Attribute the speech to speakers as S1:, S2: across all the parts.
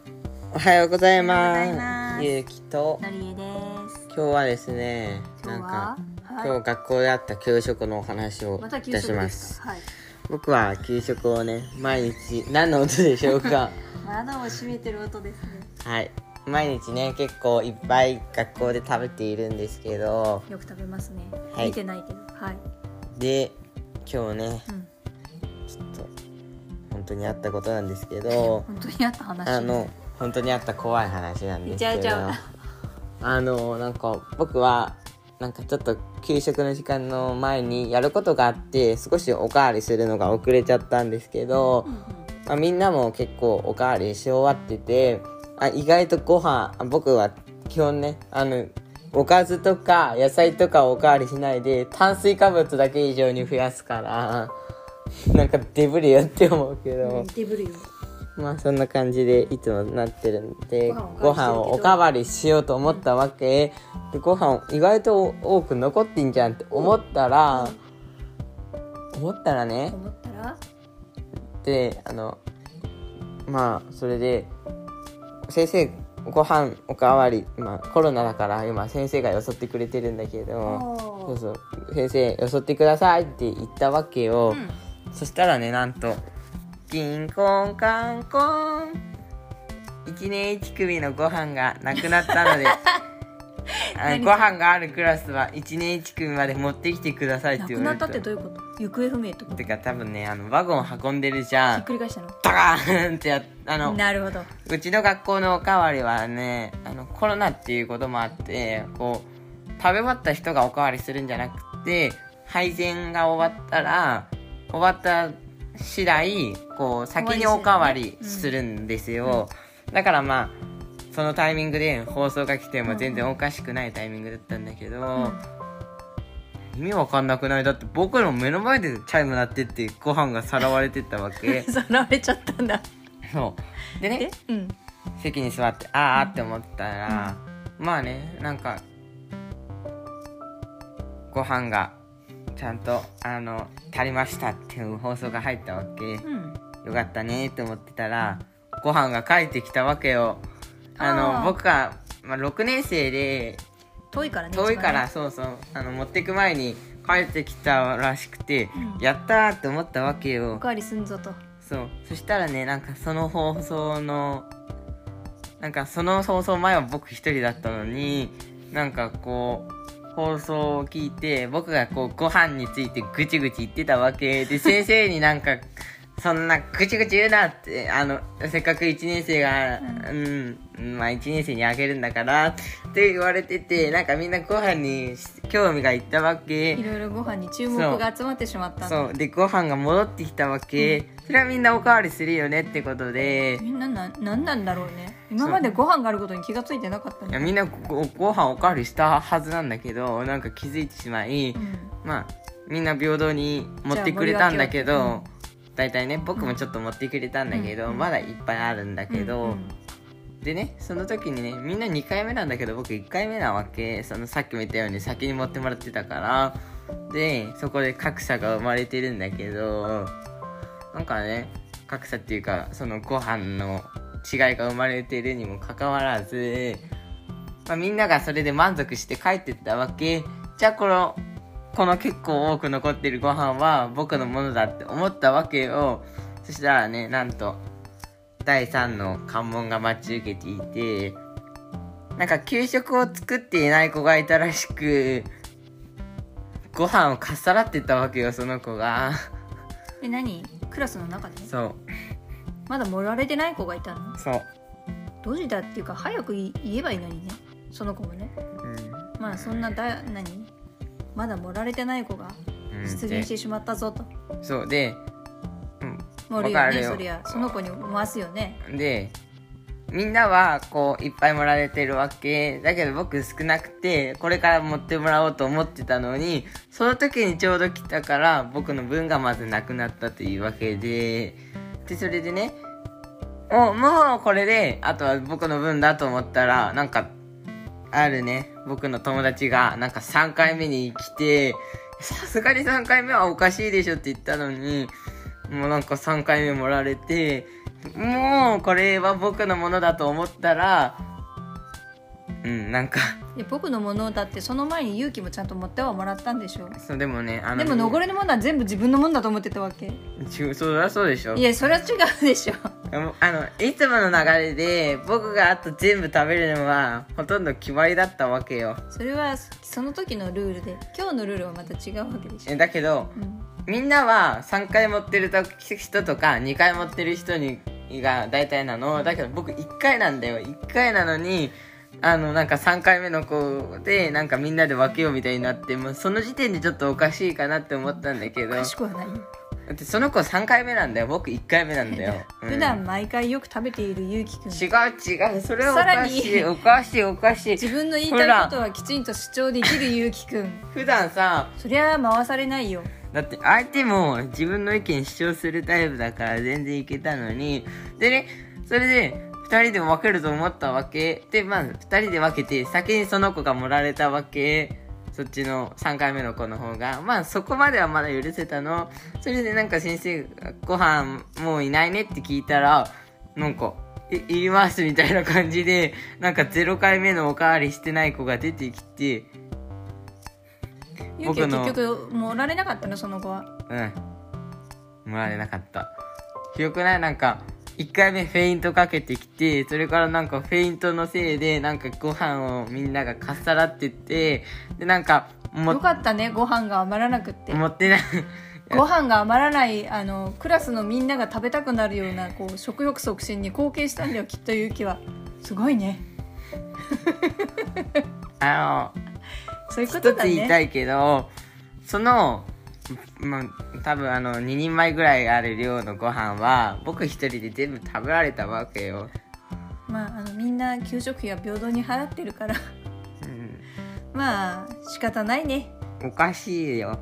S1: はようござい
S2: おはようござい
S1: ま
S2: ます
S1: す。ゆうきと
S2: のりえです
S1: 今日はですね、
S2: 今
S1: な
S2: 日
S1: ん
S2: は
S1: か今日学校であった給食のお話を
S2: また
S1: い
S2: 給
S1: たし
S2: 食
S1: ま
S2: です
S1: す。
S2: かはい
S1: 僕は給食をね、毎日何の音でしょうか。
S2: 窓を閉めてる音ですね
S1: はい、毎日ね結構いっぱい学校で食べているんですけど、
S2: よく食べますね、
S1: はい
S2: 見てないけどはい、
S1: で今日ね
S2: うん、
S1: ちょっと本当にあったことなんですけど、
S2: 本当にあった話
S1: あの本当にあった怖い話なんですけど
S2: いちゃういちゃ、
S1: あのなんか僕はなんかちょっと給食の時間の前にやることがあって少しおかわりするのが遅れちゃったんですけど。
S2: うんうん
S1: まあ、みんなも結構おかわりし終わっててあ意外とご飯あ僕は基本ねあのおかずとか野菜とかをおかわりしないで炭水化物だけ以上に増やすからなんかデブリよって思うけど、
S2: デブリよ
S1: まあそんな感じでいつもなってるんでご
S2: ご
S1: 飯
S2: 飯
S1: を
S2: を
S1: お
S2: お
S1: か
S2: か
S1: わりしようと思ったわけでご飯意外と多く残ってんじゃんって思ったら思ったらね
S2: 思ったら
S1: であのまあそれで先生ご飯おかわり、まあ、コロナだから今先生がよそってくれてるんだけどそう
S2: おー
S1: そう先生よそってくださいって言ったわけよ、
S2: うん
S1: そしたらねなんと「銀コンカンコン」1年1組のご飯がなくなったの であ
S2: 何
S1: ご飯があるクラスは1年1組まで持ってきてくださいって
S2: な
S1: 言
S2: く
S1: わ
S2: な
S1: れ
S2: った
S1: た
S2: ってどういうこと行方不明ってこと
S1: てか多分ねあのワゴン運んでるじゃん
S2: ひっくり返したの
S1: ドカーンってやっあの
S2: なるほど
S1: うちの学校のおかわりはねあのコロナっていうこともあってこう食べ終わった人がおかわりするんじゃなくて配膳が終わったら終わった次第こう先におかわりするんですよ、だからまあそのタイミングで放送が来ても全然おかしくないタイミングだったんだけど、意味わかんなくないだって僕の目の前でチャイム鳴ってってご飯がさらわれてったわけ
S2: さらわれちゃったんだ
S1: そうでね
S2: えうん
S1: 席に座ってああって思ったら、まあねなんかご飯がちゃんとあの足りましたっていう放送が入ったわけ
S2: うん
S1: よかったねって思ってたらご飯が帰ってきたわけよあの
S2: あー
S1: 僕が、まあ、6年生で
S2: 遠いからね
S1: 遠いから
S2: 一
S1: そうそうあの持ってく前に帰ってきたらしくて、
S2: うん
S1: やったーって思ったわけよ
S2: 番ねおかわりすんぞと
S1: そうそしたらねなんかその放送のなんかその放送前は僕一人だったのになんかこう放送を聞いて僕がこうご飯についてぐちぐち言ってたわけで 先生になんかそんなぐちぐち言うなってあのせっかく1年生がうん、まあ1年生にあげるんだからって言われててなんかみんなご飯に興味がいったわけ
S2: いろいろご飯に注目が集まってしまったんだ
S1: そうでご飯が戻ってきたわけ、それはみんなおかわりするよねってことで
S2: みんなな何なんだろうね今までご飯があることに気がついてなかった
S1: い
S2: ね
S1: やみんなごご飯おかわりしたはずなんだけどなんか気づいてしまい、
S2: うん
S1: まあみんな平等に持ってくれたんだけ
S2: じゃあ盛り
S1: ど、だいたいね僕もちょっと持ってくれたんだけど、
S2: うん
S1: まだいっぱいあるんだけど、
S2: うん
S1: でねその時にねみんな2回目なんだけど僕1回目なわけそのさっきも言ったように先に持ってもらってたからでそこで格差が生まれてるんだけどなんかね格差っていうかそのご飯の違いが生まれてるにもかかわらず、まあ、みんながそれで満足して帰ってったわけじゃあこのこの結構多く残ってるご飯は僕のものだって思ったわけよそしたらねなんと第3の関門が待ち受けていてなんか給食を作っていない子がいたらしくご飯をかっさらってったわけよその子が
S2: うんえ何クラスの中で
S1: そう
S2: まだ盛られてない子がいたの
S1: そう、
S2: どう時だっていうか早くい言えばいいのにねその子もねまあそんなだ何まだ盛られてない子が
S1: うん、
S2: 出現してしまったぞと
S1: でそうで、うん、
S2: 盛る
S1: わ
S2: よ
S1: かる
S2: ね
S1: よ
S2: そりゃその子に回すよね
S1: でみんなはこういっぱいもらえてるわけだけど僕少なくてこれから持ってもらおうと思ってたのにその時にちょうど来たから僕の分がまずなくなったというわけででそれでねおもうこれであとは僕の分だと思ったらなんかあるね僕の友達がなんか3回目に来てさすがに3回目はおかしいでしょって言ったのにもうなんか3回目もられてもうこれは僕のものだと思ったらうんなんか
S2: いや僕のものだってその前に勇気もちゃんと持ってはもらったんでしょ
S1: そうでもねあ
S2: で
S1: の
S2: も残りのものは全部自分のものだと思ってたわけ
S1: ちゅそりゃそうでしょ
S2: いやそれは違うでしょ
S1: あのいつもの流れで僕があと全部食べるのはほとんど決まりだったわけよ
S2: それはその時のルールで今日のルールはまた違うわけでしょ
S1: えだけど
S2: うん
S1: みんなは3回持ってる人とか2回持ってる人にが大体なのだけど僕1回なんだよ1回なのにあのなんか3回目の子でなんかみんなで分けようみたいになってもうその時点でちょっとおかしいかなって思ったんだけどだ
S2: 賢いはないよ
S1: ってその子3回目なんだよ僕1回目なんだ よ、うん
S2: 普段毎回よく食べているゆうきくん
S1: 違う違うそれはおかし
S2: さら
S1: い
S2: に
S1: おかしいおかしい
S2: 自分の言いたいことはきちんと主張できるゆうきくん
S1: 普段さ
S2: そりゃ回されないよ
S1: だって相手も自分の意見主張するタイプだから全然いけたのにでねそれで2人で分けると思ったわけでまあ2人で分けて先にその子が盛られたわけそっちの3回目の子の方がまあそこまではまだ許せたのそれでなんか先生が「ご飯もういないね」って聞いたらなんか「いいります」みたいな感じでなんか0回目のおかわりしてない子が出てきて
S2: ゆうき
S1: 僕
S2: は
S1: の
S2: 結局もうられなかったのその後は
S1: うん。もらえなかった。ひどくないなんか、一回目フェイントかけてきて、それからなんかフェイントのせいで、なんかご飯をみんながかっさらってって、で、なんか、も
S2: よ、かったねご飯が余らなくって
S1: 持ってない。
S2: ご飯が余らないあのクラスのみんなが食べたくなるようなこう食欲促進に貢献したんだよきっとゆうきはすごいね
S1: あの、
S2: そういうこ
S1: 一
S2: と
S1: つ
S2: だ
S1: 言いた
S2: ね
S1: いけど、その、ま多分あの、2人前ぐらいある量のご飯は、僕一人で全部食べられたわけよ。
S2: まああのみんな給食費は平等に払ってるから
S1: うん
S2: まあ仕方ないね
S1: おかしいよ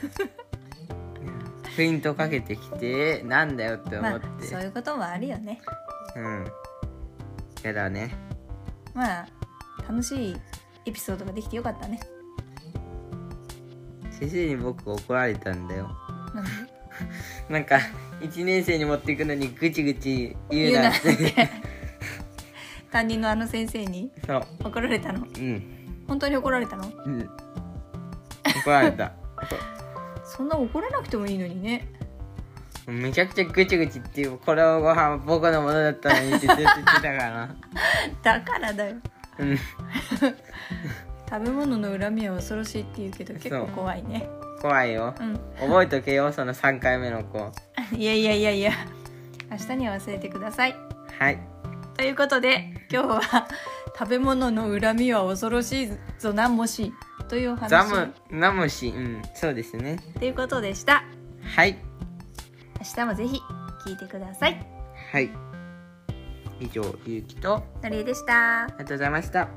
S1: フェイントかけてきてなんだよって
S2: ま
S1: 思っ
S2: あ
S1: て、
S2: そういうこともあるよね
S1: うんやだね
S2: まあ楽しいエピソードができてよかったね
S1: 先生に僕怒られたんだよ
S2: なんで
S1: なんか1年生に持っていくのにぐちぐち言うなって
S2: 言うなって 担任のあの先生に
S1: そう
S2: 怒られたの
S1: うん、
S2: 本当に怒られたの
S1: うん、怒られた
S2: そんな怒らなくてもいいのにね
S1: めちゃくちゃぐちぐちっていうこれをご飯は僕のものだったのにってずっと言ってたから
S2: だからだよ
S1: うん
S2: 食べ物の恨みは恐ろしいって言うけど結構
S1: そう
S2: 怖いね
S1: 怖いよ
S2: う
S1: 覚えとけよその3回目の子
S2: んいやいやいやいや明日には忘れてください
S1: はい
S2: ということで今日は食べ物の恨みは恐ろしいぞなもしというお
S1: ザ
S2: 話
S1: ムナムシうんそうですね
S2: ということでした
S1: はい
S2: 明日もぜひ聞いてください
S1: はい以上ゆうきとあ
S2: のりえでした
S1: りがとうございました